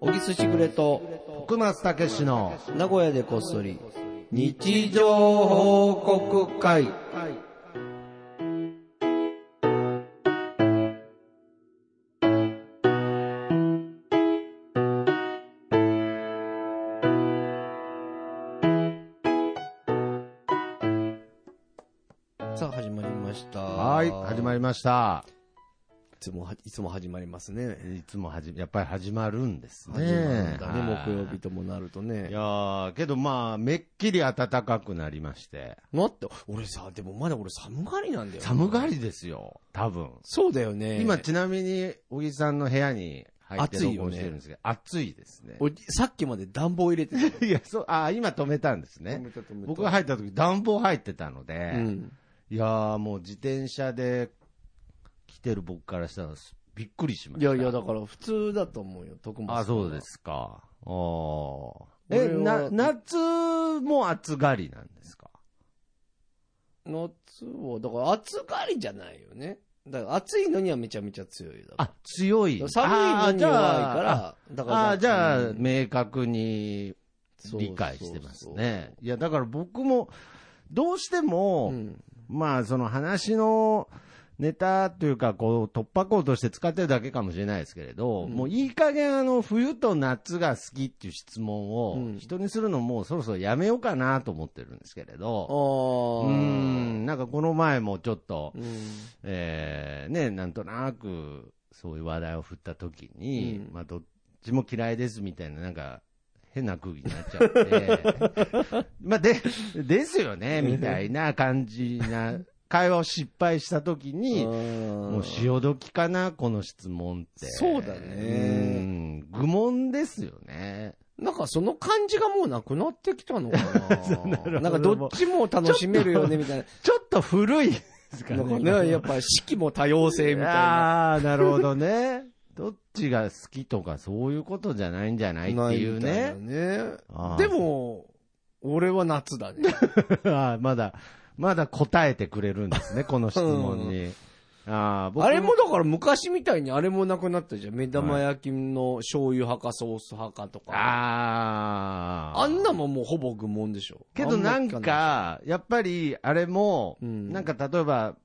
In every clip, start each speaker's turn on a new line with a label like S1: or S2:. S1: 木すしぐれと、
S2: 福松武史の
S1: 名古屋でこっそり、
S2: 日常報告会。
S1: さあ始まりました。
S2: はい、始まりました。
S1: いつもは、いつも始まりますね。
S2: いつもはじ、やっぱり始まるんですね。
S1: 始まるんだね、
S2: はい
S1: 木曜日ともなると
S2: い
S1: ね。
S2: やー、けどまあ、めっきり暖かくなりまして。
S1: 待って、俺さ、でもまだ俺寒がりなんだよ。
S2: 寒がりですよ、多分。
S1: そうだよね。
S2: 今、ちなみに、小木さんの部屋に入って
S1: 暑いよね
S2: 録音してるんですけど、暑いですね。
S1: 俺さっきまで暖房入れてたよ。
S2: いや、そう、あー、今止めたんです ね。僕が入った時、暖房入ってたので、
S1: うん。
S2: いやー、もう自転車で来てる僕からしたら、びっくりしま
S1: い
S2: した。
S1: やいや、だから普通だと思うよ、徳松。
S2: あ、そうですすか。あー
S1: 俺
S2: え、
S1: は
S2: な、夏も暑がりなんですか
S1: 夏は、だから暑がりじゃないよね。だから暑いのにはめちゃめちゃ強いだから
S2: あ、強い。
S1: 寒いのに弱いか
S2: あー。
S1: ら、だか
S2: じゃあ
S1: ら。
S2: あー、じゃあ
S1: う、ん
S2: 明確に
S1: そう
S2: 理解してます
S1: そう
S2: ね
S1: そ。
S2: いや、だから僕も、どうして
S1: うう
S2: も、
S1: ん
S2: まあ、その話のネタというか、こう、突破口として使ってるだけかもしれないですけれど、
S1: うん
S2: もういい加減、あの、冬と夏が好きっていう質問
S1: う
S2: を
S1: ん、
S2: 人にするのもうそろそろやめようかなと思ってるんですけれ
S1: あ
S2: ど、
S1: ー
S2: うーん、なんかこの前もちょっと
S1: う、ん。
S2: えーね、なんとなく、そういう話題を振った時に、
S1: うん
S2: まあ、どっちも嫌いですみたいな、なんか、変な空気になっちゃって、 まあ、で、ですよね、みたいな感じな、会話を失敗した時に、も
S1: も
S2: う潮時かな、この質問って。
S1: そうだね
S2: うん。愚問ですよね。
S1: なんかその感じがもうなくなってきたのか な
S2: ど
S1: なんかどっちも楽しめるよね、みたい
S2: ちょっと古いですか
S1: な。なん
S2: ね。
S1: か ね、やっぱ四季も多様性みたいな。
S2: ああー、なるほどね。 どっちが好きとかそういうことじゃないんじゃないっていう
S1: な
S2: ね
S1: み。たいなね
S2: あー
S1: でも、俺は夏だね。
S2: あーまだ、まだ答えてくれるんですね、この質問に。ああ、僕
S1: あれもだから昔みたいにあれもなくなったじゃん。目玉焼きの醤油派かソース派かとか。
S2: ああ。
S1: あんなもんもうほぼ愚問でしょ。
S2: けどなん
S1: あま
S2: か、やっぱりあれも、
S1: うん
S2: なんか例えば、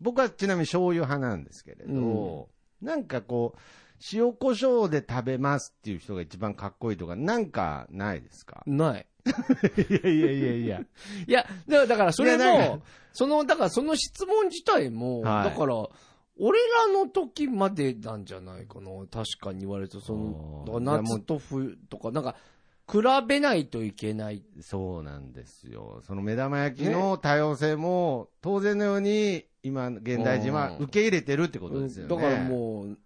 S2: 僕はちなみに醤油派なんですけれど、なんかこう、塩胡椒で食べますっていう人が一番かっこいいとか、なんかないですか
S1: 聞かない。ない。
S2: いやいやいやいや。
S1: いや、だからだからそれ
S2: いやなん
S1: も、その、だからその質問自体も、
S2: は
S1: だ
S2: い
S1: から、俺らの時までなんじゃないかな。確かに言われると、その、
S2: あ
S1: だ
S2: ー
S1: から夏と冬とか、なんか、比べないといけない。
S2: そうなんですよ。その目玉焼きの多様性も、当然のように、今、現代人は
S1: うん
S2: 受け入れてるってことですよね。
S1: だからもう、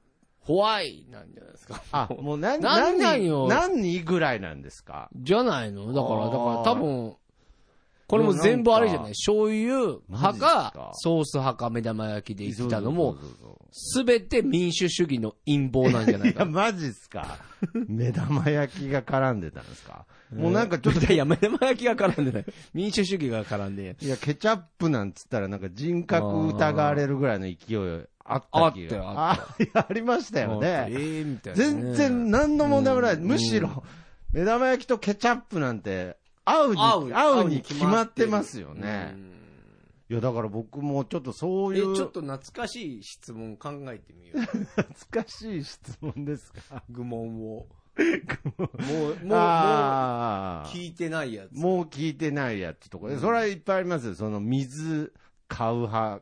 S1: ホワイなんじゃないですか。
S2: あ、もう何、
S1: なんなんよ
S2: 何人ぐらいなんですか
S1: じゃないのだから、
S2: あ
S1: だ
S2: ー
S1: から多分、これも全部あれじゃない
S2: でもなんか
S1: 醤油派
S2: マジっ
S1: か
S2: すか、
S1: ソース派か、目玉焼きで生きたのも
S2: そう、そうそうそう
S1: すべて民主主義の陰謀なんじゃない
S2: いや、
S1: かな。
S2: マジっすか。目玉焼きが絡んでたんですか。もうなんかちょっと、
S1: いや、目玉焼きが絡んでない。民主主義が絡んで。
S2: いや、ケチャップなんつったらなんか人格疑われるぐらいの勢いあった気が。
S1: あ
S2: あいやありましたよ
S1: え
S2: ね。
S1: えみたいなね、
S2: 全然何の問題もない。
S1: うん
S2: むしろ、目玉焼きとケチャップなんて、合うに、
S1: 合
S2: 合
S1: う
S2: うに決まってますよね。いや、だから僕もちょっとそ
S1: うんえ、
S2: うい
S1: ちょ
S2: う
S1: っ
S2: 懐
S1: と懐かしい質問考えてみよ う。
S2: かしい質問ですか。
S1: 愚問を。もう、もう、もう、
S2: あー
S1: 聞いてないやつ。
S2: もう聞いてないやつとか、それはいっぱいありますよ。その水買う派、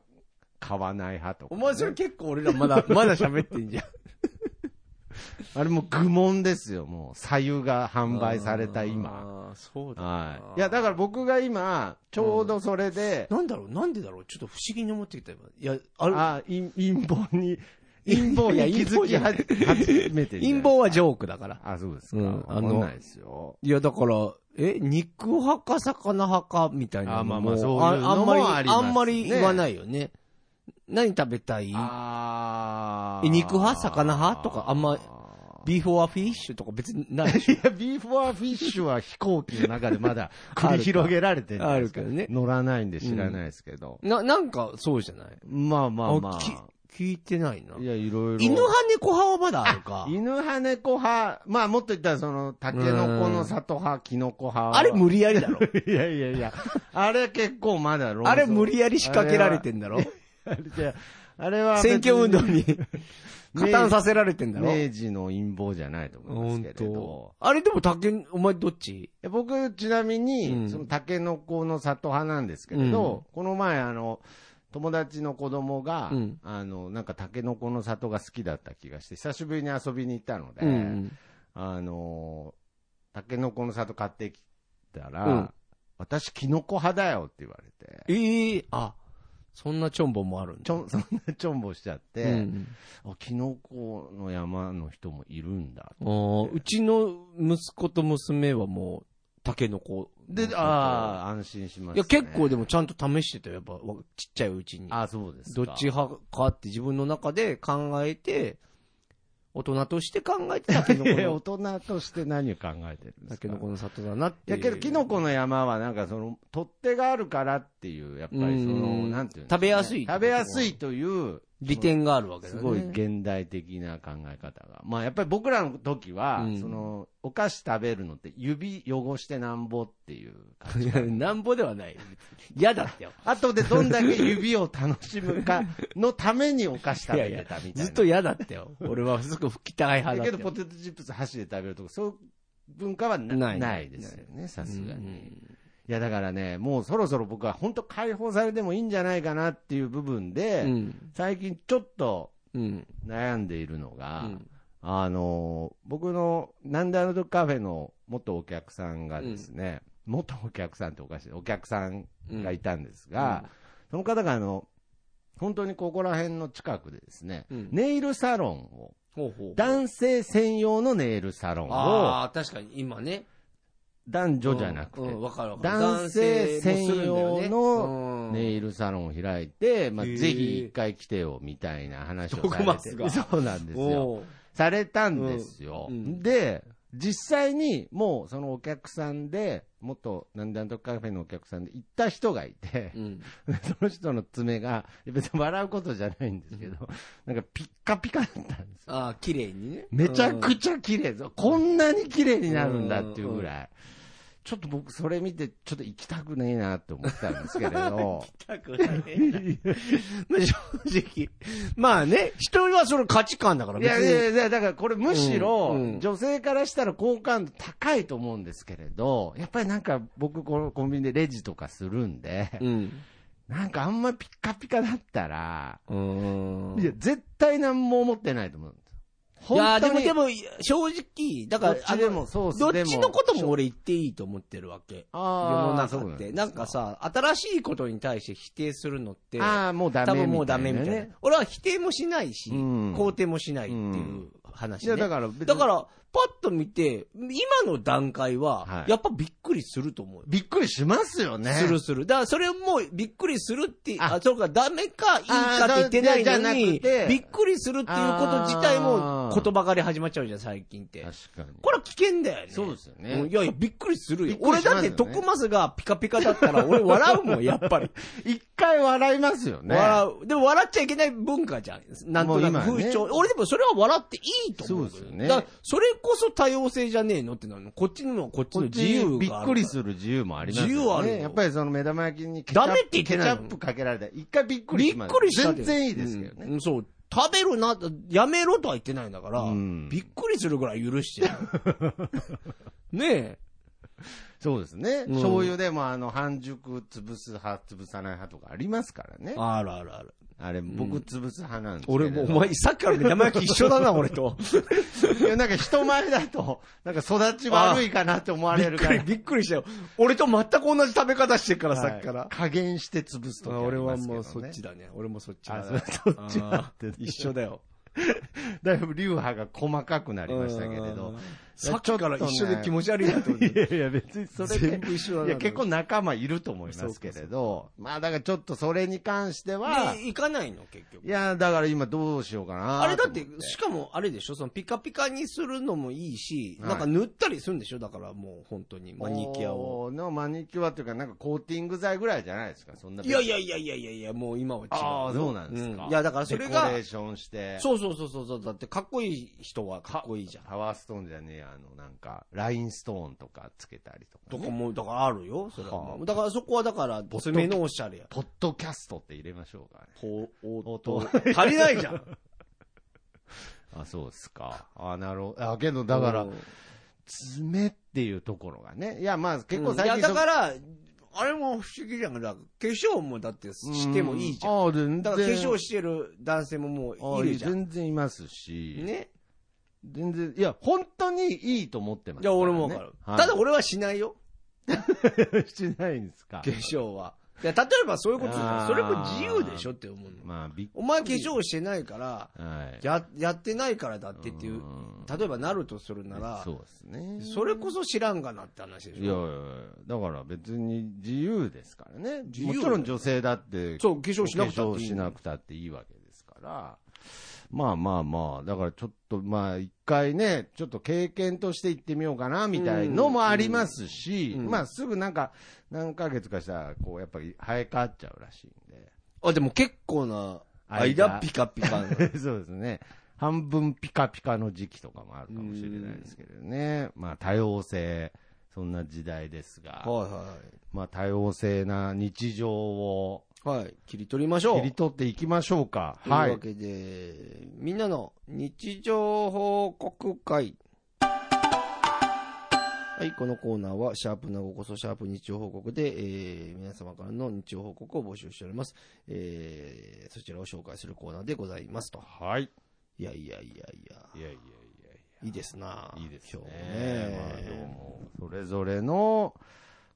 S2: 買わない派とか
S1: お
S2: ね、
S1: 前それ結構俺ら まだ、まだ喋ってんじゃん。
S2: あれもう愚問ですよ、もう。左右が販売された今。
S1: あー。そうだな。
S2: はい。いや、だから僕が今、ちょうどそれで、
S1: なんだろう、なんでだろう、ちょっと不思議に思ってきた今。いや、ある、
S2: あ、陰陰謀に、 陰謀
S1: いや
S2: に気づきはじ始めてる。
S1: 陰謀はジョークだから。
S2: あ、そうです
S1: う
S2: か。
S1: んあ
S2: あ
S1: の
S2: の、ないですよ。
S1: いや、だから、え、肉派か魚派かみたいなのも。
S2: あまあまあそういうのもあります
S1: あ
S2: ね
S1: んまり言わないよね。何食べたい
S2: あ
S1: え肉派魚派とかあんまビーフォアフィッシュとか別にないでしょ。
S2: いや、ビーフォアフィッシュは飛行機の中 でまだ 繰り広げられてるんです
S1: あるからね
S2: 乗らないんで知らないですけど。
S1: な、なんかそうじゃない
S2: まあまあま
S1: あき
S2: あ。
S1: 聞いてないな。
S2: いや、いろいろ。
S1: 犬派猫派はまだあるか。
S2: 犬派、猫派、まあもっと言ったらその、タケノコの里派、キノコ派は。
S1: あれ無理やりだろ。
S2: いやいやいや、あれ結構まだ論争
S1: あれ無理やり仕掛けられてんだろ。
S2: あれじゃあれは別に
S1: 選挙運動に加担させられてんだろ。
S2: 明治の陰謀じゃないと思います
S1: 本
S2: けれど
S1: 当。。あれでも竹、お前どっち
S2: え僕、ちなみに、
S1: うん
S2: そのタケノコの里派なんですけれど、この前、あの、友達の子供が、
S1: うん
S2: あの、なんかタケノコの里が好きだった気がして、久しぶりに遊びに行ったので、
S1: うん。
S2: あのー、タケノコの里買ってきたら、
S1: うん
S2: 私、キノコ派だよって言われて、
S1: ええあ、そんなチョンボもあるんだ。
S2: ちょん、そんなちょんぼしちゃって、
S1: うん
S2: あキノコの山の人もいるんだ。
S1: あーうちの息子と娘はもう、タケノコ。
S2: で、ああ、安心しま
S1: い
S2: した、
S1: や、
S2: ね。
S1: 結構でもちゃんと試してたよ、やっぱ、わちっちゃいうちに。
S2: あそうです
S1: ど
S2: か。
S1: っち派かって自分の中で考えて、大人として考えてたけど、
S2: いや
S1: こ
S2: 大人として何を考えてるんで
S1: の、
S2: す
S1: け
S2: か
S1: のこの里だなっ
S2: い
S1: ていう。
S2: やけど、キノコの山はなんかその、取っ手があるからっていう、やっぱりその、
S1: うん
S2: なんていうんですかね
S1: 食べやすい
S2: 食べやすいという、
S1: 利点があるわけだ
S2: す
S1: ね。
S2: ごい現代的な考え方が。まあやっぱり僕らの時は、
S1: うん
S2: その、お菓子食べるのって指汚してなんぼっていう感
S1: い
S2: じ
S1: や。。 なんぼではない。嫌だってよ。
S2: 後でどんだけ指を楽しむかのためにお菓子食べてたみたいな。
S1: ずっと嫌だったよ。俺はすぐ吹きたい
S2: だ
S1: 派だっ
S2: けど
S1: た
S2: ポ
S1: よ。
S2: テトチップス箸で食べるとか、そういう文化はな
S1: な
S2: ないいですよね、さ
S1: う
S2: すがに。
S1: ん
S2: いやだからね、もうそろそろ僕は本当解放されてもいいんじゃないかなっていう部分で、
S1: うん。
S2: 最近ちょっと
S1: うん。
S2: 悩んでいるのが、
S1: うん
S2: あのー僕のなんであの時カフェの元お客さんがですね、元お客さんっておかしい、お客さんがいたんですが、その方があの、本当にここら辺の近くでですね、
S1: うん
S2: ネイルサロンを、
S1: ほうほう。
S2: 男性専用のネイルサロンを、
S1: ああ、確かに今ね。
S2: 男女じゃなくて、
S1: うんうんわかるわかる。
S2: 男性専用のネ
S1: ね
S2: イルサロンを開いて、まあ、
S1: へー
S2: ぜひ一回来てよみたいな話をさ
S1: 毒
S2: れ
S1: マスが
S2: て、 そうなんですよ。
S1: おう
S2: されたんですよ。
S1: うんうん
S2: で、実際にもうそのお客さんで、元なんであの時カフェのお客さんで行った人がいて、
S1: うん。
S2: その人の爪が、いや別に笑うことじゃないんですけど、なんかピッカピカだったんですよ
S1: ああ、綺麗にね。
S2: めちゃくちゃ綺麗ぞこんなに綺麗になるんだっていうぐらい。ちょっと僕、それ見て、ちょっと行きたくねえなって思ったんですけれど。
S1: たくない。ま あ正直。まあね、人はその価値観だから
S2: いや
S1: 別
S2: い
S1: に。
S2: やいや、だからこれむしろ
S1: うんうん、
S2: 女性からしたら好感度高いと思うんですけれど、やっぱりなんか僕、このコンビニでレジとかするんで、
S1: うん。
S2: なんかあんまピッカピカだったら、
S1: うん。
S2: いや、絶対何も思ってないと思うんですよ。
S1: いや
S2: 本
S1: で
S2: 当
S1: も
S2: に。
S1: でも、正直、だ
S2: ど
S1: か
S2: っ
S1: ら、あ
S2: ちで
S1: の、
S2: も、そう
S1: どっ
S2: で
S1: ちのことも
S2: も
S1: 俺言っていいと思ってるわけ。世の
S2: あーそ
S1: 中
S2: う
S1: っ
S2: なんで
S1: て。
S2: す
S1: なんかさ、新しいことに対して否定するのって、
S2: ああ、もうダメ
S1: 多
S2: みたいな、
S1: 分
S2: ね。
S1: もうダメみたいな。俺は否定もしないし、
S2: うん
S1: 肯定もしないっていう話
S2: い
S1: ね。
S2: や、だから別に、
S1: だから、パッと見て、今の段階
S2: は
S1: は、
S2: い
S1: やっぱびっくりすると思うよ。
S2: びっくりしますよね。
S1: するする。だから、それもびっくりするって、
S2: あ
S1: あ、そうか、ダメか、いいかって言って
S2: あー
S1: な
S2: だ
S1: い
S2: じ
S1: の
S2: ゃ
S1: に、
S2: なくて
S1: びっくりするっていうこと自体も
S2: あ、ー
S1: 言葉狩り始まっちゃうじゃん、最近って。
S2: 確かに。
S1: これは危険だよね。
S2: そうですよね
S1: んいやいや、びっくりするよ。
S2: びっくり
S1: 俺
S2: します
S1: だ
S2: よ
S1: っ
S2: ね
S1: て、徳スがピカピカだったら、俺笑うもん、やっぱり。
S2: 一回笑いますよね。
S1: 笑う。でも笑っちゃいけない文化じゃん。なんとな
S2: もう今
S1: く
S2: ね
S1: 風潮。俺でもそれは笑っていいと思う。
S2: そうですよね
S1: だからそれこそ多様性じゃねえのってなるの。こっちのこっち
S2: こ
S1: の
S2: っち
S1: 自由がある。
S2: びっくりす
S1: る。
S2: る自由もありますよね。
S1: 自由あるよ
S2: やっぱりその目玉焼きにケチャップ
S1: ダメって言ってないの
S2: ケチャップかけられたら一回びっくり
S1: び
S2: し
S1: っ
S2: ます
S1: くりしたけ
S2: 全
S1: ど
S2: 然いいですけど
S1: う
S2: ね。
S1: んそう。食べるな、やめろとは言ってないんだから、
S2: うん
S1: びっくりするぐらい許 してる。ね
S2: そうですね。
S1: うん
S2: 醤油でもあの、半熟潰す派、潰さない派とかありますからね
S1: え。。あるあるある。
S2: あれ、僕潰す派なんですけれ
S1: 俺
S2: ど
S1: も、お前、さっきから目玉焼き一緒だな、俺と。
S2: いや、なんか人前だと、なんか育ち悪いかなって思わ
S1: び
S2: れ
S1: っ
S2: る
S1: く
S2: か
S1: り、
S2: ら。
S1: びっくりしたよ。俺と全く同じ食べ方してるから、さっきか
S2: は
S1: ら
S2: い。加減して潰すと
S1: 俺はもうそっちだね。俺もそっちだね。
S2: あそっちだって
S1: あー一緒だよ。
S2: だいぶ流派が細かくなりましたけれど
S1: うん。さっきから
S2: ちょっとね
S1: 一緒で気持ち悪いなと思っ
S2: い
S1: て。
S2: やいや、別にそれ
S1: 全
S2: で。
S1: 部一緒だ
S2: い
S1: な。
S2: や、結構仲間いると思いますけれど。まあ、だからちょっとそれに関しては
S1: で、、行かないの、結局
S2: い。や、だから今どうしようかな。
S1: あれだって、しかもあれでしょそのピカピカにするのもいいし、
S2: はい
S1: なんか塗ったりするんでしょだからもう本当にマニキュアを。
S2: おー。のマニキュアっていうか、なんかコーティング剤ぐらいじゃないですか、そんな。
S1: いやいやいやいやいやいや、もう今は違う。
S2: ああ、そうなんですか。
S1: いや、だからそれ
S2: デコ
S1: が
S2: レー、ションして。
S1: そうそうそうそう、だってかっこいい人はかっこいいじゃん。
S2: パワーストーンじゃねえや、あの、なんか、ラインストーンとかつけたりとか、
S1: と
S2: ね。
S1: かも、だからあるよ、それは
S2: は
S1: だからそこはだから、
S2: ト
S1: 爪めのおしゃれや。
S2: ポッドキャストって入れましょうかね。
S1: と、お
S2: と
S1: と、足りないじゃん。
S2: あ、そうですか。あ、なるほど。あ、けど、 だから
S1: うん、
S2: 爪っていうところがね。いや、まあ、結
S1: う
S2: 構
S1: ん
S2: 最
S1: い
S2: 近
S1: や、
S2: そ、
S1: だから、あれも不思議じゃん。だから化粧もだってしてもいいじゃん。
S2: う。ああ、全然。
S1: だから化粧してる男性もも
S2: あ
S1: ういるじゃん。
S2: 全然いますし。
S1: ね。
S2: 全然、いや、本当にいいと思ってます
S1: いや、俺もわかる。ただ俺はしないよ。
S2: 俺、してないんですか
S1: 化。粧は。いや、例えばそういうことじゃん
S2: あー
S1: それも自由でしょって思うの。
S2: まあ、びっ
S1: お前化粧してないから、
S2: はい。
S1: や、やってないからだってっていう
S2: う、ん
S1: 例えばなるとするなら
S2: そ、うですね。
S1: それこそ知らんがなって話で
S2: い
S1: し
S2: やいや
S1: ょ。
S2: いやだから別に自由ですからね。
S1: 自由
S2: もちろん女性だって、
S1: そう、化粧しなくた
S2: 化
S1: っ
S2: 粧
S1: ていい
S2: しなくたっていいわけですから。まあまあまあ、だからちょっとまあ一回ね、ちょっと経験として行ってみようかなみたいのもありますし、
S1: うんうん
S2: まあすぐなんか何ヶ月かしたら、こうやっぱり生え変わっちゃうらしいんで。
S1: あ、でも結構な間
S2: 間
S1: ピカピ カな。
S2: そうですね。半分ピカピカの時期とかもあるかもしれないですけどね。まあ多様性、そんな時代ですが、
S1: は
S2: まあ多様性な日常を
S1: いはい。はい。切り取りましょう。
S2: 切り取っていきましょうか。
S1: という
S2: は
S1: わ
S2: い。
S1: けで、みんなの日常報告会。はい、このコーナーは、シャープなごこそシャープ日常報告で、えー皆様からの日常報告を募集しております。えーそちらを紹介するコーナーでございますと。
S2: はい。
S1: いやいやいやいや、
S2: いやいやいや
S1: いいですない
S2: いです
S1: 今日
S2: ね。まあどう
S1: ね。
S2: も、それぞれの、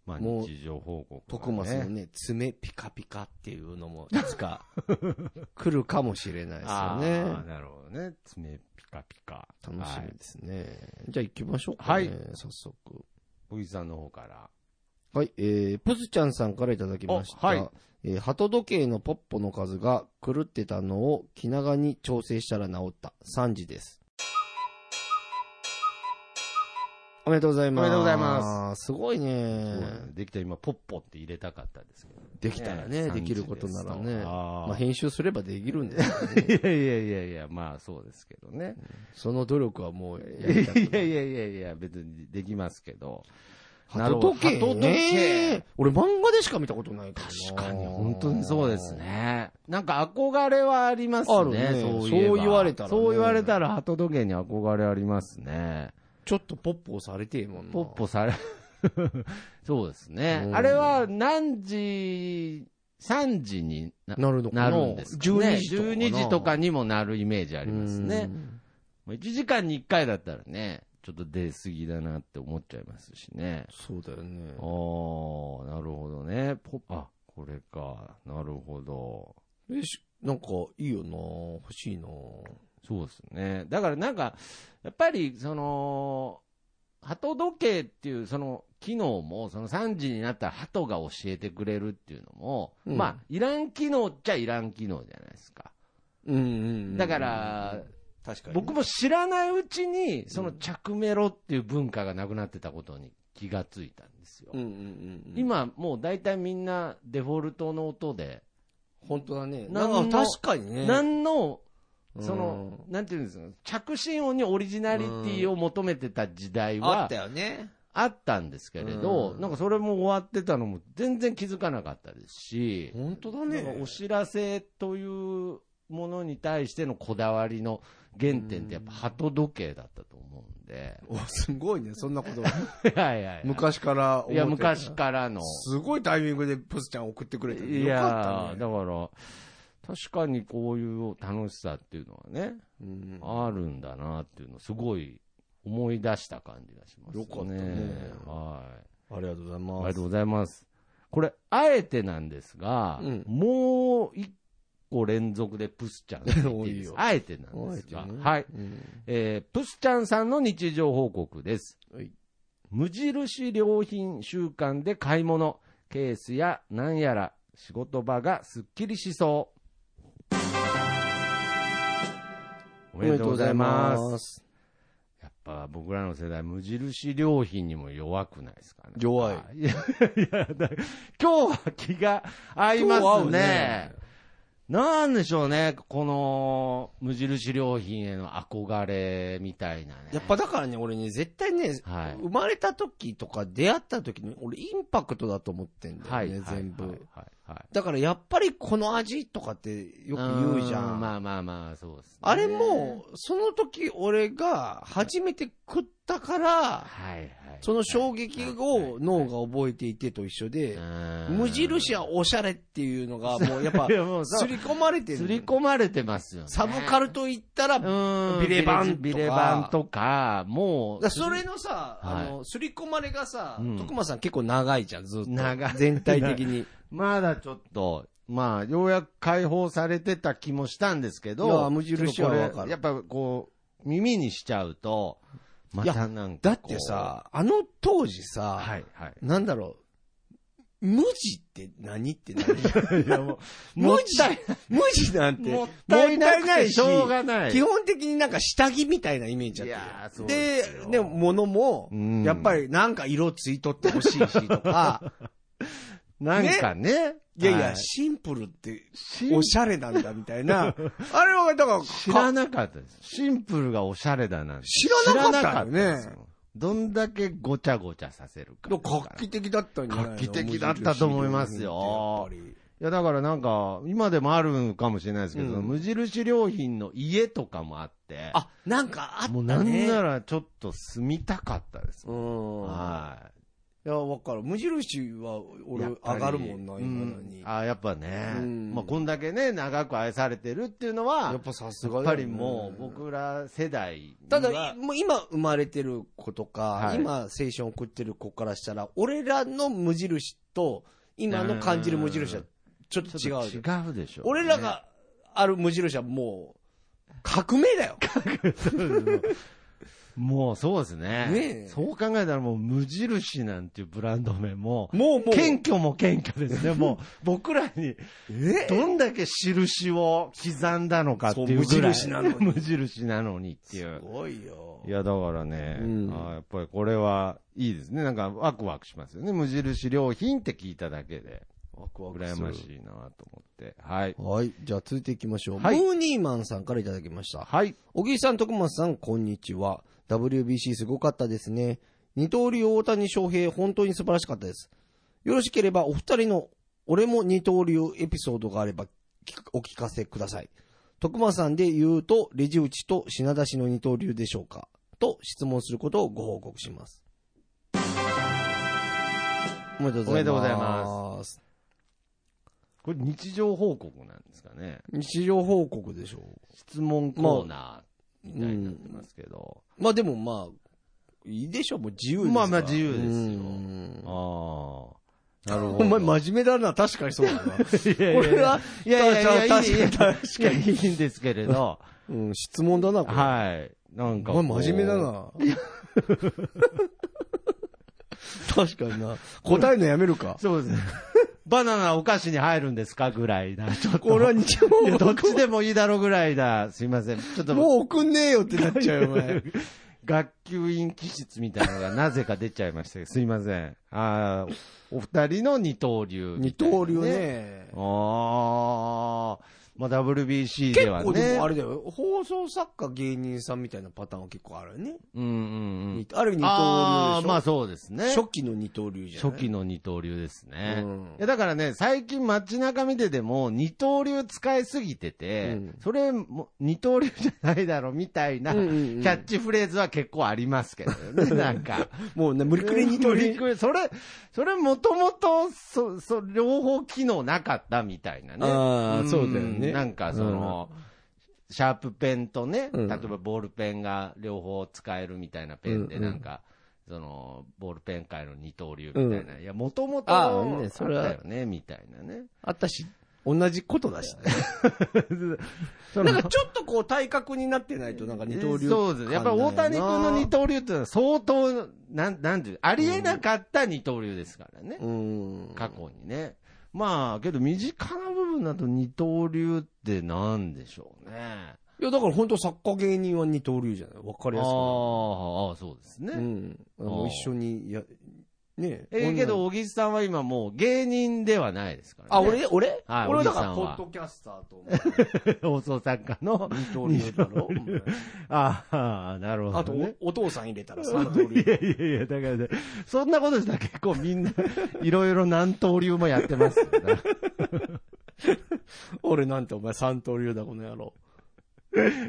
S2: まあ
S1: もう
S2: 日常報告、ね。
S1: 徳松のね、爪ピカピカっていうのも、いつか、来るかもしれないですよ
S2: あ
S1: ね。
S2: ーなるほどね。爪ピカピカ。
S1: 楽し
S2: は
S1: み
S2: い。
S1: ですね。じゃあ行きましょうか、ね。
S2: は
S1: 早速。
S2: 小木さんの方から。
S1: はい、えー、プスちゃんさんからいただきました。
S2: おはい
S1: えー鳩時計のポッポの数が狂ってたのを気長に調整したら治った。3時です。おめでとうございます。。
S2: おめでとうございます
S1: すごい
S2: そうだ
S1: ね
S2: ね。できた今、ポッポって入れたかったですけど。
S1: できたらね、できることならね。
S2: あー
S1: まあ、編集すればできるんですけどね
S2: いやいやいやいや、まあそうですけどね。
S1: その努力はもう
S2: い
S1: や
S2: やい
S1: りたくない。
S2: やいやいやいや、別にできますけど。な
S1: 鳩
S2: るほど
S1: 時計、ね。
S2: 鳩時計
S1: 俺漫画でしか見たことないからな
S2: 確かに、本当にそうです。ね。なんか憧れはありますね。
S1: あるね
S2: そういえば
S1: そう言われたらね
S2: そう言われたら、鳩時計に憧れありますね。
S1: ちょっとポッポされてえもんな。
S2: ポッポされ、 そうですね
S1: う。ん
S2: あれは何時、3時にな
S1: なるのかな
S2: なるんですか
S1: 12
S2: ね。
S1: 時とかな
S2: 12時とかにもなるイメージあ
S1: あ
S2: りますね。。1時間に1回だったらね、ちょっと出過ぎだなって思っちゃいますしね。
S1: そうだよね
S2: あ。あ、なるほどね。ポあ、これか。なるほど。
S1: えしなんかいいよな欲しいな
S2: そうですね。だからなんか、やっぱり、その、鳩時計っていう、その、機能も、その3時になったら鳩が教えてくれるっていうのも、
S1: うん
S2: まあ、いらん機能っちゃいらん機能じゃないですか。
S1: うんうん
S2: だから、
S1: 確かに。
S2: 僕も知らないうちに、その着メロっていう文化がなくなってたことに気がついたんですよ。
S1: うんうんうん。、
S2: 今、もう大体みんなデフォルトの音で、
S1: 本当だね。
S2: な
S1: なんん
S2: の
S1: か確かにね。
S2: 何の、
S1: うん
S2: その、なんていうんですか、着信音にオリジナリティを求めてた時代
S1: あっ
S2: は
S1: たよね。
S2: あったんですけれど
S1: う、ん
S2: なんかそれも終わってたのも全然気づかなかったですし、
S1: 本当だ
S2: なんかお知らせというものに対してのこだわりの原点ってやっぱ鳩時計だったと思うんで、
S1: おすごいね、そんな こと。
S2: いやいやいや
S1: 昔から思ってた
S2: いや、昔からの。
S1: すごいタイミングでプスちゃん送ってくれたね
S2: い
S1: よか
S2: や
S1: っ
S2: ー、
S1: た
S2: だ
S1: ね。
S2: から、確かにこういう楽しさっていうのはね、
S1: うん
S2: あるんだなっていうの、すごい思い出した感じがしますね。
S1: よかったね
S2: はい。
S1: ありがとうござい
S2: あり
S1: ま
S2: が
S1: す
S2: とう。ございます。これ、あえてなんですが、
S1: うん
S2: もう一構連続でプスちゃんって 言っていいです
S1: 多いよ
S2: あえてなんですが、はい。
S1: うん
S2: えープスちゃんさんの日常報告です。
S1: はい
S2: 無印良品週間で買い物、ケースやなんやら仕事場がすっきりしそう。おめでとうござい
S1: おめでとうござ
S2: ま
S1: い
S2: す。
S1: す。
S2: やっぱ僕らの世代、無印良品にも弱くないですかね。
S1: 弱い
S2: いや、いや、だ今日は気が合いますね。なんでしょうね、この無印良品への憧れみたいなね。
S1: やっぱだからね、俺ね、絶対ね、
S2: はい
S1: 生まれた時とか出会った時の俺インパクトだと思ってんだ
S2: は
S1: よ
S2: い、
S1: ね、全部。
S2: はい、はい、はい。
S1: だからやっぱりこの味とかってよく言うじゃん。
S2: ーまあまあまあ、そうです、ね。
S1: あれ、も、その時俺が初めて食ったから、
S2: はいはい。
S1: その衝撃を脳が覚えていてと一緒で、無印はおしゃれっていうのがもうや っぱ
S2: い、やもうそ
S1: 刷
S2: う
S1: り込まれて
S2: 刷り
S1: る。
S2: 込まれてますよね。
S1: サブカルと言ったら、だか
S2: うん
S1: ビレバンとか
S2: ビレバンとか、もう、
S1: らそれのさ、あの、刷り込まれがさ
S2: うん、
S1: 徳間さん結構長いじゃん、ずっと。
S2: 長い
S1: 全体的に。
S2: まだちょっと、まあ、ようやく解放されてた気もしたんですけど、
S1: いや無印はわかる
S2: ちょっとこれやっぱこう、耳にしちゃうと、またなん
S1: だ
S2: か
S1: っ
S2: こう
S1: て、さ、あの当時さ、
S2: はいはい。
S1: なんだろう、無地って何って何
S2: いやもう
S1: 無
S2: もっ
S1: 地
S2: たい、
S1: 無地なんて。
S2: もったいな
S1: も
S2: い
S1: ったいないし
S2: しょうがない。
S1: 基本的になんか下着みたいなイメージだ
S2: い
S1: っ
S2: やー
S1: た
S2: そう
S1: で
S2: ですよ
S1: で、物も
S2: う、ん
S1: やっぱ、りなんか色ついとってほしいしと か、
S2: なんかね。
S1: いやい
S2: は
S1: や、シンプルって、
S2: シン
S1: おしゃれなんだみたいな。 あれは、だから、
S2: 知らなかったです。シンプルがおしゃれだなんて。
S1: 知らなかったよね
S2: 知らなかったですよどんだけごちゃごちゃさせるか。
S1: 画期的だったんじゃないの
S2: 画期的だったと思います
S1: 無
S2: よ
S1: 印良品ってやっぱり
S2: いや、だからなんか、今でもあるかもしれないですけど、
S1: うん
S2: 無印良品の家とかもあって、
S1: あ、なんかあったね。
S2: もうなんならちょっと住みたかったです。
S1: うん。
S2: はい
S1: や、わかる。無印は、
S2: い。
S1: 俺、
S2: やっぱ
S1: 上
S2: り
S1: がるもんな、
S2: う
S1: 今のに。や
S2: あやっぱね、
S1: うん
S2: まあこんだけね、長く愛されてるっていうのは、や
S1: っぱさすが
S2: っぱりもう僕ら世代に
S1: た
S2: は
S1: だ、もう今生まれてる子とか、
S2: はい
S1: 今青春送ってる子からしたら、俺らの無印と、今の感じる無印はちょっと
S2: ち
S1: 違
S2: ょ
S1: う
S2: っと
S1: じゃん。
S2: 違うでしょうね、
S1: 俺らがある無印はもう、革命だよ。
S2: もうそうですね
S1: ねえ
S2: そう考えたらもう無印なんていうブランド名も、
S1: もうもう。
S2: 謙虚も謙虚ですね。もう僕らに
S1: え
S2: どんだけ印を刻んだのかっていうぐらい。
S1: そう無印なのに
S2: 無印なのにってい
S1: す
S2: う。
S1: ごいよ
S2: い。や、だからね、
S1: うん
S2: あーやっぱりこれはいいですね。なんかワクワクしますよね。無印良品って聞いただけで、
S1: ワクワク
S2: 羨
S1: する
S2: ましいなと思って。はい。
S1: はい。じゃあ続いていきましょう。
S2: はい
S1: ムーニーマンさんからいただきました。
S2: はい。
S1: 小木さん、徳松さん、こんにちは。WBC すごかったですね。二刀流大谷翔平、本当に素晴らしかったです。よろしければ、お二人の俺も二刀流エピソードがあれば、聞くお聞かせください。徳松さんで言うと、レジ打ちと品出しの二刀流でしょうかと質問することをご報告します。おめでとうございます。
S2: おめでとうございまこれ日常報告なんですかね。
S1: 日常報告でしょう。
S2: 質問コーナーみたいになってますけど。
S1: まあでもまあ、いいでしょう、もう自由ですから
S2: まあまあ自由ですよ
S1: うん
S2: ああ。なるほど。
S1: お前真面目だな、確かにそうだな。
S2: いやいやいや
S1: 俺は、
S2: いやいやいや
S1: 確
S2: いや、
S1: かに確か
S2: いやいいんですけれど、
S1: に。うん、質問だな、これ。
S2: はい。なんかこ
S1: お
S2: う。
S1: 前真面目だな。確かにな。答えのやめるか。
S2: そうですね。 バナナお菓子に入るんですかぐらい な。ちょっと。
S1: これは日常
S2: いやどっちでもいいだろうぐらいだ。すいません。ちょっと、
S1: もう送んねえよってなっちゃうよ、お 前。
S2: 学級委員気質みたいなのが なぜか出ちゃいましたけど、すいません。あーお二人の二刀流、
S1: 二刀流。ね。
S2: ああ。まあ、WBC
S1: 結
S2: ではね。
S1: 構でもあれだよ、放送作家芸人さんみたいなパターンは結構あるよね。
S2: うんうんうん。
S1: ある意味二刀
S2: あ
S1: 流
S2: ー
S1: でしょ。
S2: まあそうですね。
S1: 初期の二刀流じゃない
S2: 初期の二刀流ですね。
S1: うん
S2: いやだからね、最近街中見てても、二刀流使いすぎてて、
S1: うん
S2: それも、二刀流じゃないだろみたいな、
S1: う
S2: キ
S1: んうんうん
S2: ャッチフレーズは結構ありますけどね、 なんか。
S1: もうね、無理くり二刀
S2: 無
S1: 流
S2: 理。くりそれ、それもともと、そ、そ、両方機能なかったみたいなね。
S1: あー
S2: ん
S1: そうだよね
S2: なんかその、シャープペンとね、
S1: うん
S2: 例えばボールペンが両方使えるみたいなペンで、
S1: うんうん
S2: なんか、その、ボールペン界の二刀流みたいな。いや、もともと、
S1: あーねそれは
S2: よね、みたいなね。
S1: あったし。同じことだし、ね、
S2: そ
S1: な
S2: の
S1: んかちょっとこう体格になってないと、なんか二刀流
S2: そうですね。やっぱり大谷君の二刀流っていうのは相当、なん、なんていう、ありえなかった二刀流ですからね。
S1: うん。
S2: 過去にね。まあ、けど身近な部分だと二刀流ってなんでしょうね。
S1: いや、だから本当作家芸人は二刀流じゃないわか
S2: あ
S1: り
S2: ー
S1: やすく
S2: あー、そうです
S1: な
S2: ね。
S1: い。うん。あの
S2: あー
S1: 一緒に、や、ね
S2: えーけど、、小木さんは今もう芸人ではないですから、
S1: あ、
S2: ね。
S1: 俺俺
S2: はい
S1: 俺はだから、ポ
S2: おじさん
S1: ッ
S2: は
S1: ドキャスターと、
S2: 俺、 放送作家の。
S1: 二刀流だろ。うん
S2: ああ、なるほど、ね。
S1: あと、おお父さん入れたら三刀
S2: い
S1: 流。
S2: やいやいや、だからね、そんなことしたら結構みんな、いろいろ何刀流もやってますよ ね。
S1: 俺なんてお前三刀流だ、この野郎。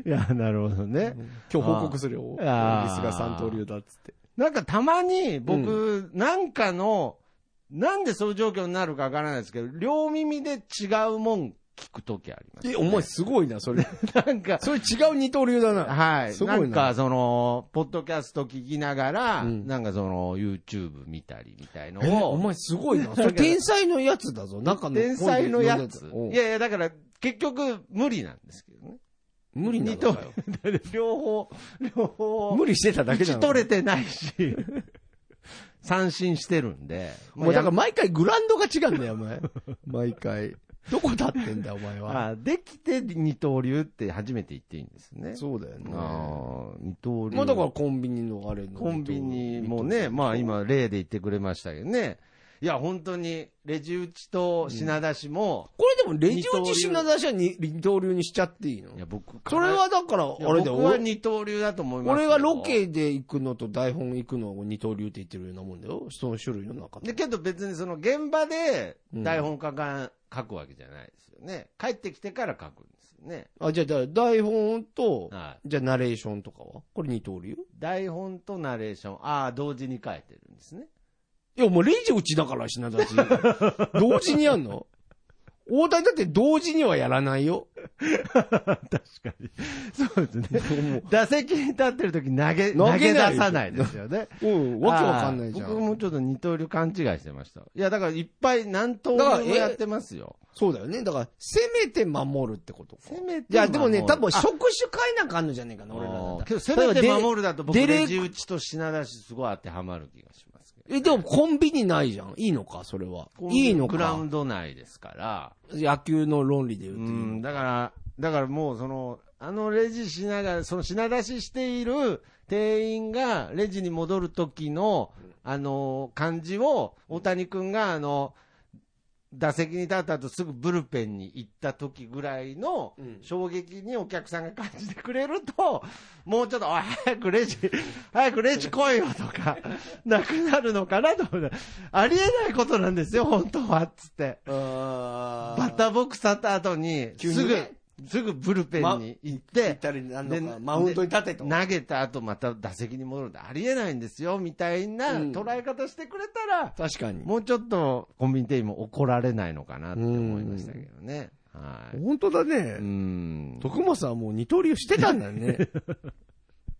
S2: いや、なるほどね。
S1: 今日報告するよ。イギリス
S2: あー
S1: が三刀流だっつって。
S2: なんかたまに僕、なんかの、なんでそういう状況になるかわからないですけど、両耳で違うもん聞くときあります。
S1: え、お前すごいな、 それ。
S2: なんか、
S1: それ違う二刀流だな。
S2: はい。
S1: すごい
S2: な
S1: なん
S2: か、その、ポッドキャスト聞きながら、
S1: うん
S2: なんかその、YouTube 見たりみたいの
S1: え、お
S2: を、
S1: 前すごいな。それ天才のやつだぞ、中の。
S2: 天才のやつ。
S1: おう
S2: いやいや、だから、結局、無理なんですけどね。
S1: 無理なのかよ。
S2: 両 方、両方、
S1: 無理してただけじゃ
S2: 打
S1: ん。
S2: ち取れてないし、 三振してるんで。
S1: もうだから毎回グラウンドが違うんだよ、お前。 毎回。どこ立ってんだよ、お前は。
S2: あできて二刀流って初めて言っていいんですね。
S1: そうだよね。
S2: あー二刀流。
S1: まあだからコンビニのあれの。
S2: コンビニもね、まあ今例で言ってくれましたけどね。いや、本当に、レジ打ちと品出しも、
S1: これでも、レジ打ち品出しはに二刀流にしちゃっていいの
S2: いや、僕か
S1: そ
S2: ら
S1: れ、はだから、
S2: あ
S1: あれ
S2: れで
S1: で、
S2: 僕は
S1: 俺
S2: 二刀流だと思います
S1: 俺
S2: よ
S1: がロケで行くのと台本行くのを二刀流って言ってるようなもんだよ。その種類の中
S2: で、
S1: で。
S2: けど別にその現場で
S1: うん
S2: 台本書か、書くわけじゃないですよね。帰ってきてから書くんですよね。
S1: あ、じゃあ、だから台本と、
S2: はい。
S1: じゃあナレーションとかはこれ二刀流い
S2: 台本とナレーション、ああ、同時に書いてるんですね。
S1: や、もうレジ打ちだから品出し。 同時にやんの大谷だって同時にはやらないよ。
S2: 確かに。そうですね。
S1: も
S2: 打席に立ってる時投げ、
S1: 投
S2: 投
S1: げ
S2: げ出
S1: ない
S2: さないですよね。
S1: う、うん、わけわかんないじゃ
S2: あー僕
S1: ん。
S2: もちょっと二刀流勘違いしてました。いや、だからいっぱい何刀流もやってますよ。
S1: そうだよね。だから、せめて守るってことか。
S2: せめて。
S1: いや、でもね、多分、
S2: あ
S1: 職種変えなんかあんのじゃねえかな、俺らだった
S2: あー
S1: ら
S2: けど、せめて守るだと僕、
S1: デレ
S2: レジ打ちと品出しすごい当てはまる気がしますけど。
S1: え、でもコンビニないじゃん。いいのか、それは。いいの
S2: グラウ
S1: か
S2: ン。ド内ですから。
S1: 野球の論理で言う
S2: う
S1: といいの
S2: ん、だから、だからもうその、あのレジしながら、その品出ししている店員がレジに戻る時の、あの、感じを、大谷君が、あの、打席に立った後すぐブルペンに行った時ぐらいの
S1: うん
S2: 衝撃にお客さんが感じてくれると、もうちょっと、おい早くレジ、早くレジ来いよとか、 なくなるのかなと思ってありえないことなんですよ、本当は、つって。
S1: あ
S2: バッターボックス立った後に、
S1: 急に
S2: すぐ
S1: ね、
S2: すぐブルペンに行って、
S1: たりなん
S2: で
S1: のか、マウンドに立てと。
S2: 投げた後また打席に戻るってありえないんですよ、みたいな
S1: うん
S2: 捉え方してくれたら、
S1: 確かに。
S2: もうちょっとコンビニ店員も怒られないのかなって思いましたけどね。はい。
S1: 本当だ
S2: う
S1: ね
S2: ー。ん。
S1: 徳松はもう二刀流してたんだよ ね。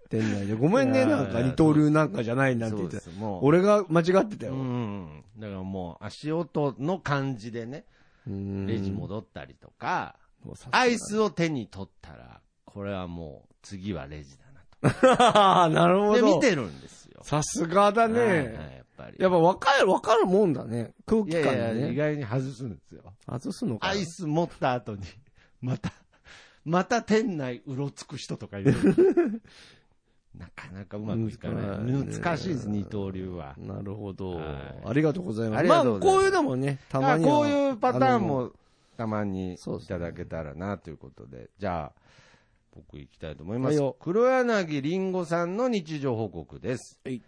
S1: 店内で。ごめん
S2: い
S1: ね、
S2: やー
S1: なんか二刀流なんかじゃないなんて
S2: そ
S1: 言っ
S2: うで
S1: てた。
S2: す、もう。
S1: 俺が間違ってた
S2: う
S1: よ。
S2: ん。だからもう足音の感じでね、レ
S1: レ
S2: ジ。戻ったりとか、アイ。スを手に取ったら、これはもう次はレジだな
S1: なるほ
S2: と。で、
S1: ど。
S2: 見てるんですよ。
S1: さすがだ
S2: はいはい
S1: ね。
S2: やっぱり。
S1: やっぱ分かる、分かるもんだね。空
S2: い
S1: 気感
S2: やいや、
S1: で
S2: 意
S1: ね。
S2: 外に外すんですよ。
S1: 外すのかな。
S2: アイス持った後に、 また、また店内うろつく人と かいる。なかなかうまくいかない。
S1: 難しい
S2: 難しいです、二刀流は。
S1: なるほど、
S2: はい
S1: ありがとうございます。
S2: あり
S1: ま
S2: が
S1: あ、
S2: とうございま
S1: こう
S2: す
S1: いうのもね、たまには
S2: こういうパターン。もたまにい
S1: そうですね
S2: ただけたらなということで、じゃあ、僕行きたいと思いま
S1: はい
S2: す
S1: よ。
S2: 黒柳りんごさんの日常報告です
S1: はい。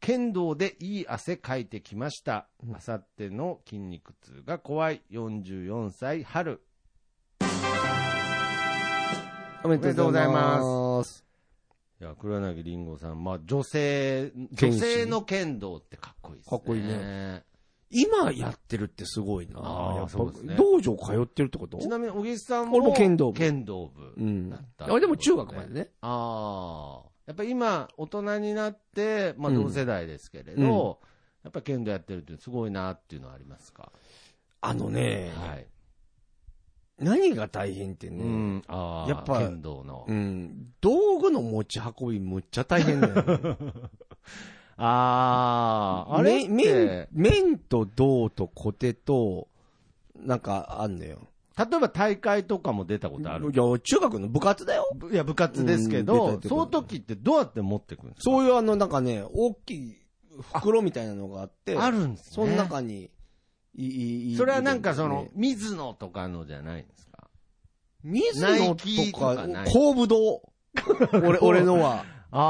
S2: 剣道でいい汗かいてきました
S1: う。ん
S2: あさっての筋肉痛が怖い44歳春。
S1: おめでとうございます。
S2: いや、黒柳りんごさん、まあ、女性、
S1: 剣
S2: 女
S1: 士
S2: 性の剣道ってかっこいいですね。
S1: かっこいい
S2: ね。
S1: 今やってるってすごいな。
S2: あー
S1: やっぱ
S2: そうですね
S1: 道場通ってるってこと
S2: ちなみに、小木さんも、
S1: 俺も剣道部
S2: 剣道部
S1: うん
S2: だっ。た、
S1: あ、でも中学まで。ね。
S2: ああ。やっぱ今、大人になって、まあ、
S1: うん
S2: 同世代ですけれど、
S1: うん
S2: やっぱ剣道やってるってすごいなっていうのはありますか
S1: あのね、
S2: はい。
S1: 何が大変って
S2: う
S1: ね、
S2: ん。ああ、
S1: やっぱ
S2: 剣道の
S1: う。ん、道具の持ち運びむっちゃ大変だよ。
S2: ああ、あれっ
S1: め麺
S2: て、、
S1: 麺と銅とコテと、なんかあんのよ。
S2: 例えば大会とかも出たことある
S1: いや、中学の部活だよ。
S2: いや、部活ですけ
S1: うん出
S2: ど
S1: た出、た
S2: その時ってどうやって持ってくるんですか
S1: そういうあの、なんかね、大きい袋みたいなのがあって、
S2: あるんです
S1: そ
S2: ね。
S1: の中に、いいいい
S2: それはなんかその
S1: ね、
S2: 水野とかのじゃないんですか
S1: 水
S2: ナ
S1: 野
S2: イキ
S1: と
S2: と
S1: か
S2: かない、
S1: 甲武道。 俺、俺のは。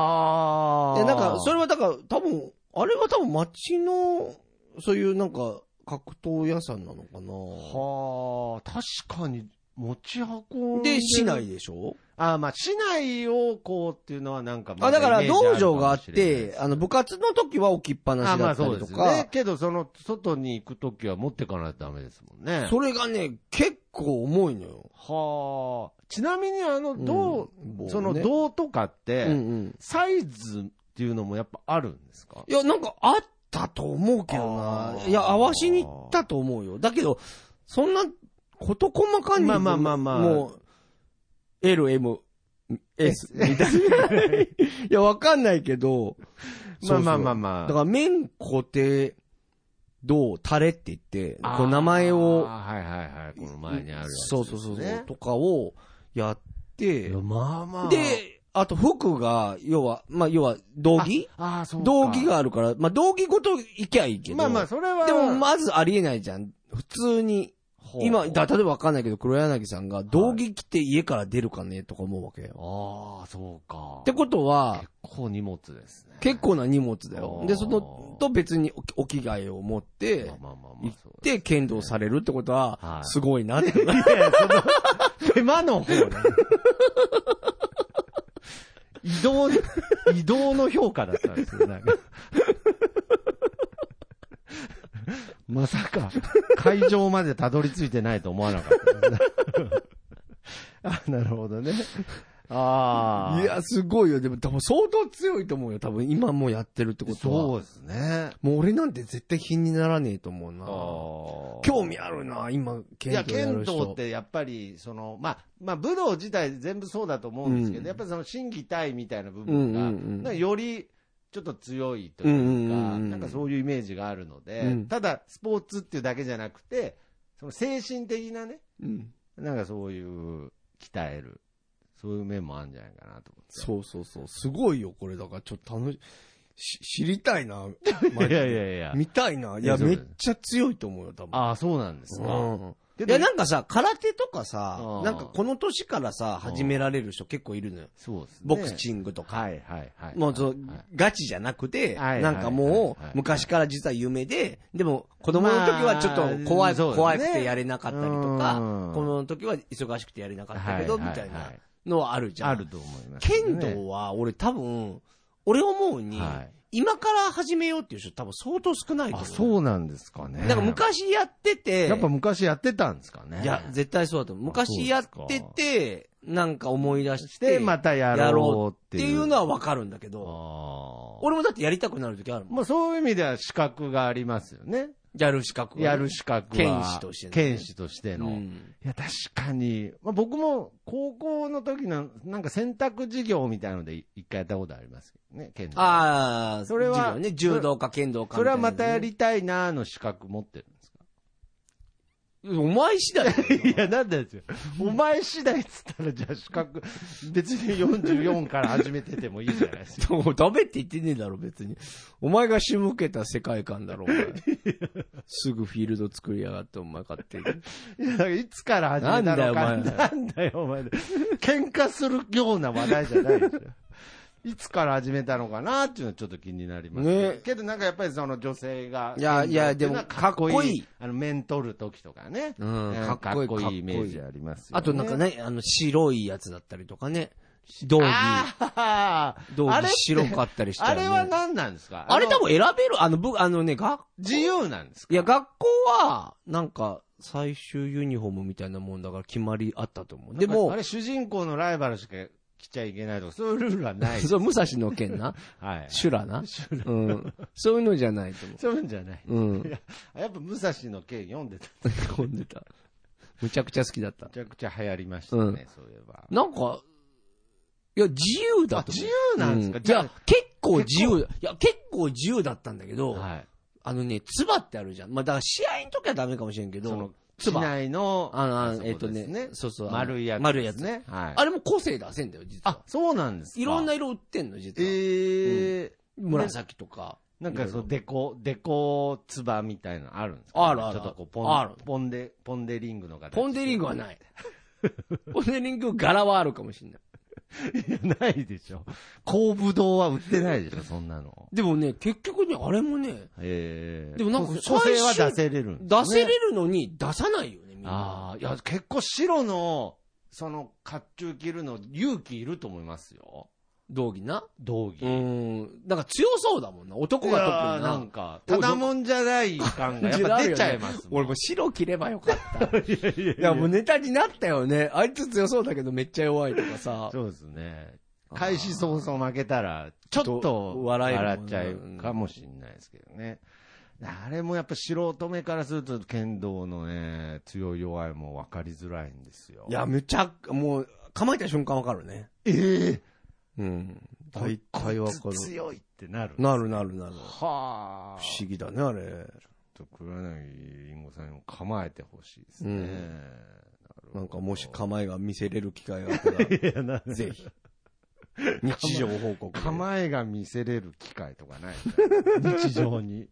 S2: ああ。
S1: え、なんか、それ
S2: れ、
S1: はだから、多分、あれは多分町の、そういうなんか、格闘屋さんなのかな
S2: はあ、確かに持ち運んで。
S1: で、市。内でしょ
S2: ああ、まあ、市内をこうっていうのはなんかま
S1: あ、だから、
S2: イメージる
S1: 道
S2: もしれない
S1: 場があって、あの、部活の時は置きっぱな
S2: あ
S1: し
S2: ま
S1: だ
S2: あ
S1: った
S2: そう
S1: り
S2: で
S1: と
S2: すよ
S1: か。、
S2: ねけど、その、外に行くときは持ってかないとダメですもんね。
S1: それがね、結構重いのよ。
S2: はあ。ちなみに、あの、銅、
S1: うん棒
S2: その
S1: ね
S2: 銅とかっ
S1: うんう
S2: て、
S1: ん。
S2: サイズっていうのもやっぱあるんですか
S1: いや、なんかあったと思うけど
S2: あ
S1: な。
S2: ー
S1: いや、合わしに行ったと思うよ。だけど、そんな、こと細かに。
S2: まあまあまあまあ
S1: もう、L、M、S、みたいな。 いや、わかんないけど。
S2: まあまあまあ
S1: あ。
S2: まあ。
S1: だから、麺、固定、どう、タレって言って、こう名前を、
S2: あーはいはいはい。この前にあるやつです
S1: そ
S2: ね
S1: うそうそうそう、とかをやって
S2: いや、まあまあ。、
S1: で、あと服が、要は、まあ要は、道着
S2: ああ、そうか
S1: 道着があるから、まあ、道着ごと行きゃいいけど。
S2: まあまあ、それは。
S1: でも、まずありえないじゃん。普通に。
S2: ほう
S1: 今、だ、例えばわかんないけど、黒柳さんが、道着着て家から出るかねとか思うわけよ。
S2: ああ、そうか。
S1: ってことは
S2: 結、構荷物ですね。
S1: 結構な荷物だよ
S2: あ。ー
S1: で、その、と別におお着替えを持って
S2: まあ、まあまあま
S1: 行
S2: あ。
S1: っ
S2: そうで
S1: て、剣道されるってこと
S2: は
S1: は、
S2: い
S1: すごいなって。
S2: す手間の方ね移動、移動の評価だったんですよ、なんか。まさか、会場までたどり着いてないと思わなかったですね。あ、なるほどね。 ああ。
S1: い、や、すごいよ。でも、多分相当強いと思うよ。多分今もうやってるってことは。
S2: そうですね。
S1: もう俺なんて絶対品にならねえと思うな。興味あるな、今、
S2: い
S1: 剣道
S2: や、
S1: やる
S2: 剣
S1: 人。
S2: 道ってやっぱり、その、まあ、まあ、武道自体全部そうだと思うんですけど、
S1: うん
S2: やっぱりその心技体みたいな部
S1: うん
S2: 分
S1: う
S2: が、
S1: んうん
S2: なんかよりちょっと強いというか、
S1: うんうんうんうん
S2: なんかそういうイメージがあるので、
S1: うん
S2: ただ、スポーツっていうだけじゃなくて、その精神的なね、
S1: うん
S2: なんかそういう、鍛える、そういう面もあるんじゃないかなと思って。
S1: そうそうそう。すごいよ、これ。だから、ちょっと楽し、し知り たいな。マジ
S2: いやい
S1: で
S2: やいや。
S1: 見たいな。い
S2: いや
S1: や、
S2: そう
S1: め
S2: だよ
S1: っちゃ強いと思うよ、多分。
S2: ああ、そうなんですか。
S1: うん。
S2: け
S1: い
S2: ど
S1: や、なんかさ、空手とか
S2: う
S1: さ
S2: ん、
S1: なんかこの年からさ、始められる人結構いるのよ。
S2: そうですね。
S1: ボクチングとか。
S2: はいはいはい。
S1: もうそう
S2: はい、
S1: ガチじゃなくて、
S2: はい
S1: なんかも、
S2: はいはいう
S1: 昔から実は夢で、でも、子供の時はちょっと怖い、
S2: まあそうですね
S1: 怖くてやれなかったりとか
S2: うん、
S1: 子供の時は忙しくてやれなかったけど、
S2: はい
S1: み
S2: はい
S1: た
S2: はい
S1: いなのはあるじゃん。
S2: あると思います、
S1: 剣道は、俺多分、俺思うに、
S2: はい
S1: 今から始めようっていう人多分相当少ないと
S2: あ、
S1: 思う。
S2: そうなんですかね。
S1: なんか昔やってて、
S2: やっぱ昔やってたんですかね。
S1: いや、絶対そうだと思う。昔やってて、なんか思い出し
S2: し
S1: て、
S2: て、またや
S1: や
S2: ろ
S1: ろ
S2: うっ
S1: う
S2: て
S1: って
S2: いう。
S1: いうのはわかるんだけど、
S2: あー
S1: 俺もだってやりたくなる時あるもん。
S2: まあそういう意味では資格がありますよね。
S1: やる資格
S2: やる資格は。
S1: 剣士としての
S2: 剣士として
S1: 格
S2: の。
S1: の。う
S2: い
S1: ん
S2: や、確かに。まあ僕も高校の時の、なんか選択授業みたいのでい一回やったことありますけどね、剣道。
S1: ああ、
S2: それは
S1: 授業ね、柔道か剣道か
S2: そ
S1: み
S2: れ
S1: た
S2: はい
S1: な
S2: ま
S1: ね
S2: たやりたいなーの資格持ってるんですか
S1: お前次第だ よ
S2: いや、なんだですよ。お前次第っつったら、じゃあ資格、別に44から始めててもいいじゃないですか。
S1: もう ダメって言ってねえだろ、別に。お前が仕向けた世界観だろ、お 前。すぐフィールド作りやがって、お前勝 手に。
S2: いや、だからいつから始めたのか。
S1: なんだよお前
S2: なんだよ、お前。喧嘩するような話題じゃないですよ。いつから始めたのかなっていうのはちょっと気になりますね。
S1: ね
S2: けどなんかやっぱりその女性が。
S1: いやいやでも
S2: かっこ
S1: かっこ
S2: い
S1: い
S2: い
S1: い。
S2: あの、面取る時とかね。
S1: うんかっこいい
S2: かっこ
S1: かっこ
S2: い
S1: い
S2: い
S1: い
S2: イメージありますよ、ね。
S1: あとなんか
S2: ね。
S1: ね、あの、白いやつだったりとかね。道着。
S2: あー
S1: 道
S2: あれ
S1: 着白かったりした
S2: あ
S1: らね
S2: れは何なんですか
S1: あれ多
S2: の
S1: 分選べる、あの、ぶ、あのね、学、
S2: 自由なんですか
S1: いや、学校は、なんか、最終ユニフォームみたいなもんだから決まりあったと思う。で
S2: なんか
S1: も。
S2: あ、れ主人公のライバルしか来ちゃいけないとか、そういうルールはない
S1: そう、武蔵の剣な。
S2: はい。
S1: 修羅な。
S2: 修
S1: うん。そういうのじゃないと思
S2: そういうんじゃない。
S1: う。うん。
S2: やっぱ武蔵の剣読んでた。
S1: 混んでた。むちゃくちゃ好きだった。
S2: ちゃくちゃ流行りましたね、
S1: うん
S2: そういえば。
S1: なんか、いや、自由だ
S2: あ
S1: と思
S2: 自
S1: う。
S2: 由なんですか、
S1: うい
S2: じ
S1: や
S2: ゃ、
S1: 結構自由だ。いや、結構自由だったんだけ
S2: あ、
S1: ど、
S2: はい、
S1: あのね、ツバってあるじゃん。まあ、だから試合の時はダメかもしれんけ
S2: そ
S1: ど
S2: の、、
S1: つ
S2: 機
S1: ば
S2: 内の、
S1: あのあの
S2: そこ
S1: えっと
S2: ですね
S1: ね、そうそう。あの
S2: 丸いやつ、
S1: 丸いやつ。
S2: ね。はい。
S1: あれも個性出せんだよ、実
S2: あ
S1: は。、
S2: そうなんですか。
S1: いろんな
S2: え
S1: 色売ってんの、実は。
S2: ー、
S1: 紫とか。
S2: なんかそのデコ、デコつばみたいなのあるんですか、
S1: あるある
S2: ちょっとこう、ポ
S1: ある
S2: ン、ポンデ、ポンデリングの形。
S1: ポンデリングは
S2: ない。
S1: ない。 ポンデリング柄はあるかもしれない。
S2: ないでしょ。高ぶどうは売ってないでしょ、そんなの。
S1: でもね、結局ね、あれもね、
S2: えー、
S1: でもなんか
S2: 個性は出せれるんですね
S1: 出せれるのに出さないよね、みんな。
S2: ああ、いや、結構白の、その、甲冑着るの、勇気いると思いますよ。
S1: 道着な。
S2: 道着。
S1: うーん。なんか強そうだもんな。男
S2: いや
S1: が特
S2: ー
S1: に
S2: な。
S1: なん
S2: か、ただもんじゃない感がやっぱ出ちゃいますもん。
S1: 俺もう白着ればよか った。い
S2: いやい
S1: や、もうネタになったよね。あいつ強そうだけどめっちゃ弱いとかさ。
S2: そうですね。開始早々負けたら、ちょっ
S1: ちょっ
S2: と
S1: と笑えるもん
S2: っちゃうかもしれないですけどね。あれもやっぱ素人目からすると剣道のね、強い弱いも分かりづらいんですよ。
S1: いや、むちゃ、もう、構えた瞬間わかるね。
S2: ええ
S1: うん。大体わか
S2: こい
S1: る
S2: つ。強いってなる。
S1: なるなるなる。
S2: はあ。
S1: 不思議だね、あれ。
S2: ちょっと黒柳りんごさんにも構えてほしいですね。
S1: うん
S2: なるほど
S1: なんかもし構えが見せれる機会があったら、
S2: いやな
S1: ぜひ。日常報告で。
S2: 構えが見せれる機会とかないの 日常に。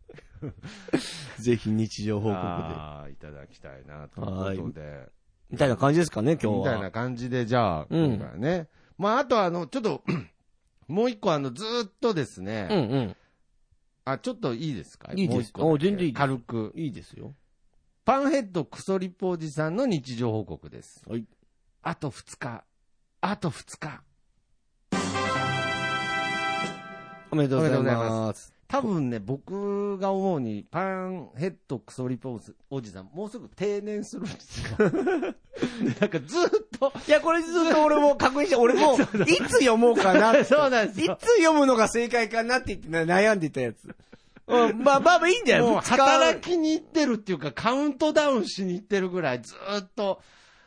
S1: ぜひ日常報告
S2: あーいただきたいな、ということで。
S1: で。みたいな感じですかね、今
S2: み
S1: 日
S2: たいな
S1: は。
S2: 感じで、じゃあ、
S1: うん
S2: 今回はね。まあ、あとあの、ちょっと、 もう一個あの、ずーっとですね、
S1: うんうん。
S2: あ、ちょっといいですか
S1: いいです
S2: もう一個だけ
S1: あ全然いいです
S2: 軽く。
S1: いいですよ。
S2: パンヘッドクソリポおじさんの日常報告です。
S1: はい。
S2: あと2日。あと2日。
S1: おめでとうございます。
S2: 多分ね、僕が思うに、パンヘッドクソリポおじさん、もうすぐ定年するんです よ。でなんかずーっと、
S1: いや、これずっと俺も確認して、俺 も、いつ読もうか なって。
S2: そうなんです
S1: い
S2: よ。
S1: つ読むのが正解かなって言って悩んでたやつ。うん、まあまあまあいいんじゃない
S2: もう
S1: 二日
S2: 働きに行ってるっていうか、カウントダウンしに行ってるぐらい、ずーっと、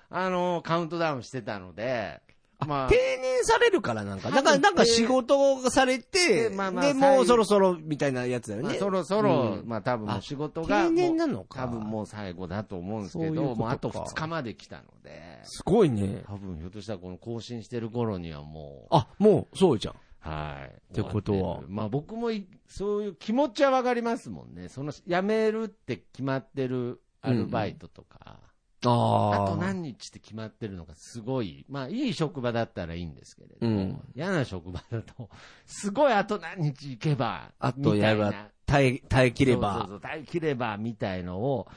S2: あのーカウントダウンしてたので、まあ
S1: 定、年されるからなんか。だからなんか仕事をされて、
S2: でまあまあ
S1: で、もうそろそろみたいなやつだよ
S2: まあ
S1: ね。
S2: そろそろ、
S1: うん
S2: まあ多分もう仕事が、
S1: 定年
S2: もう
S1: なのか。
S2: 多分もう最後だと思うんですけ
S1: そういうことか
S2: ど、もうあと2日まで来たので、
S1: すごいね。
S2: 多分ひょっとしたらこの更新してる頃にはもう、
S1: あ、もう、そうじゃん。
S2: はい。
S1: ってことは
S2: 終わってるまあ僕もい、そういう気持ちはわかりますもんね。その、辞めるって決まってるアルバイトとか、
S1: あ
S2: あと何日って決まってるのがすごい、まあいい職場だったらいいんですけれど、
S1: うん
S2: 嫌な職場だと、すごいあと何日行けば、
S1: あとやれば
S2: みたいな
S1: 耐え、耐えきれば。
S2: そうそうそう耐え切れば、みたいのを、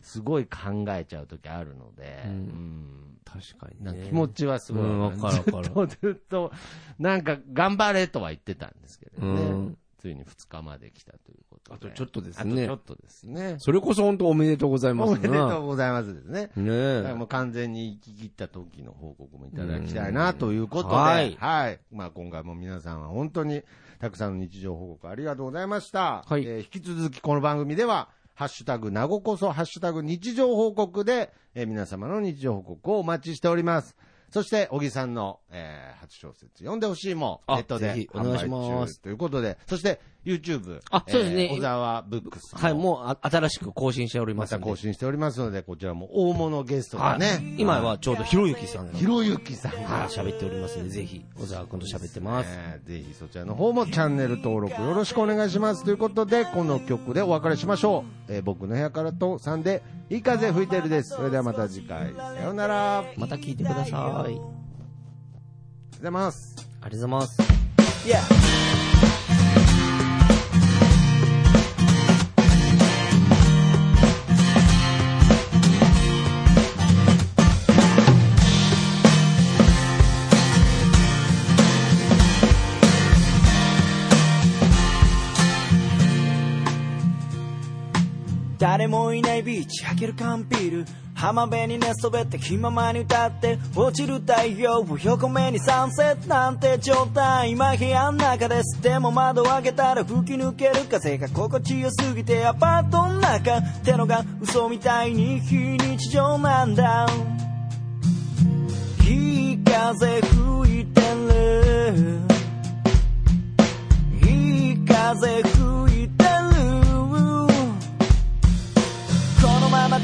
S2: すごい考えちゃうときあるので、
S1: うん
S2: うん
S1: 確かに
S2: なん
S1: ね。
S2: か気持ちはすごい
S1: うんわかるわか
S2: ずっとずっと、なんか頑張れとは言ってたんですけどね。
S1: うん
S2: ついに2日まで来たということで。
S1: あとちょっとです
S2: あ
S1: ね
S2: とちょっとですね。
S1: それこそ本当おめでとうございます
S2: おめでと
S1: う。
S2: うございますですね。
S1: ね
S2: だか
S1: え。
S2: らもう完全に行き切った時の報告もいただきたいなということで、
S1: うん
S2: は
S1: はいい。
S2: まあ今回も皆さんは本当にたくさんの日常報告ありがとうございました。
S1: はい
S2: えー引き続きこの番組では、ハッシュタグ、なごこそ、ハッシュタグ、日常報告で、えー皆様の日常報告をお待ちしております。そして、小木さんの、えー初小説、読んでほしいも、
S1: あ
S2: ネットで
S1: ぜひお
S2: 販
S1: 願い
S2: 売
S1: します
S2: 中ということで、そして、YouTube、
S1: あそうですね
S2: えー小沢ブックスも
S1: はい、もうあ新しく更新しておりま
S2: ますた
S1: んで。
S2: 更新しておりますので、こちらも大物ゲストが
S1: はい、
S2: ね、
S1: 今はちょうどひろゆきさんが
S2: ひろゆきさん
S1: はい
S2: が
S1: 喋っておりますので、ぜひ、小沢君と喋ってます。
S2: えーぜひそちらの方もチャンネル登録よろしくお願いしますということでこの曲でお別れしましょう、えー僕の部屋からと3でいい風吹いてるですそれではまた次回さようならありがとう
S1: また聞いてください。ありがと
S2: ございます
S1: うございます。
S3: 誰もいないビーチ開ける缶ビール浜辺に寝そべって気ままに歌って落ちる太陽を横目にサンセットなんて状態今部屋の中ですでも窓を開けたら吹き抜ける風が心地よすぎてアパートの中ってのが嘘みたいに非日常なんだいい風吹いてるいい風吹いてるこのまま